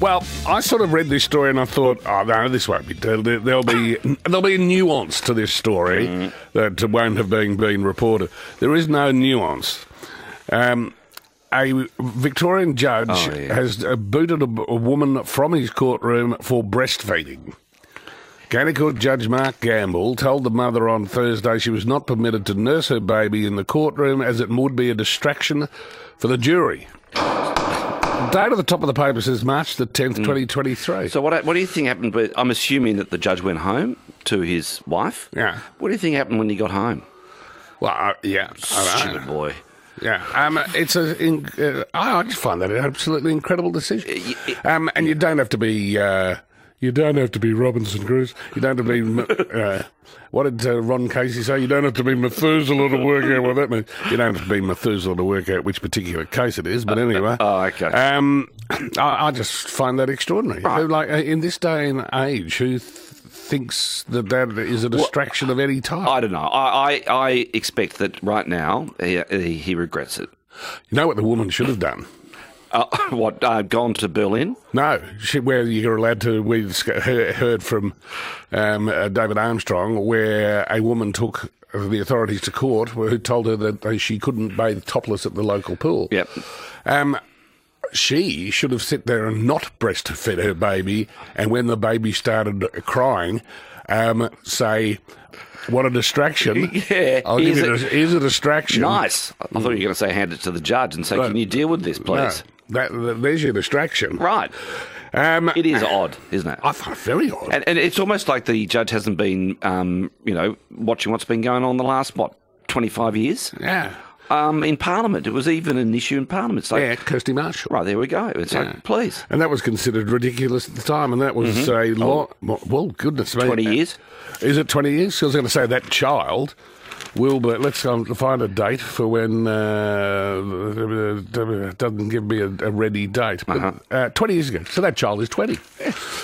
Well, I sort of read this story and I thought, oh no, this won't be. There'll there'll be there'll be a nuance to this story Mm. that won't have been been reported. There is no nuance. Um, a Victorian judge Oh, yeah. has uh, booted a, b- a woman from his courtroom for breastfeeding. County Court Judge Mark Gamble told the mother on Thursday she was not permitted to nurse her baby in the courtroom as it would be a distraction for the jury. Date at the top of the paper says March the 10th, 2023. Hmm. So what? What do you think happened? But I'm assuming that the judge went home to his wife. Yeah. What do you think happened when he got home? well, I, yeah. I don't Stupid know. boy. Yeah, um, it's a. In, uh, I I just find that an absolutely incredible Uh, decision. Um, and you don't have to be. Uh, you don't have to be Robinson Crusoe. You don't have to be. m- Uh, what did uh, Ron Casey say? You don't have to be Methuselah to work out what that means. You don't have to be Methuselah to work out which particular case it is. But anyway. oh, okay. Um, I, I just find that extraordinary. Who, Like uh, in this day and age, who th- thinks that that is a distraction of any type? I don't know. I, I, I expect that right now he, he, he regrets it. you know what the woman should have done. Uh, what? Uh, gone to Berlin? No, she, where you're allowed to. We just got- he- heard from um, uh, David Armstrong where a woman took the authorities to court who told her that they, she couldn't bathe topless at the local pool. Yep. Um, she should have sat there and not breastfed her baby, and when the baby started crying, um, say, "What a distraction!" Yeah, I'll give is you it- this- is a distraction. Nice. I thought you were going to say hand it to the judge and say, "Can you deal with this, No, please?" that, that, there's your distraction. Right. Um, It is odd, isn't it? I find it very odd. And, and it's almost like the judge hasn't been, um, you know, watching what's been going on the last what twenty five years. Yeah. Um, in Parliament, it was even an issue in Parliament. It's like, Yeah, Kirsty Marshall. right there we go. It's like, please, And that was considered ridiculous at the time, and that was a lot. Well, goodness me. Mm-hmm. Oh. twenty years. Is it 20 years? I was going to say that child will, but let's um, find a date for when. Uh-huh. Uh, doesn't give me a, a ready date. But, uh 20 years ago. So that child is 20.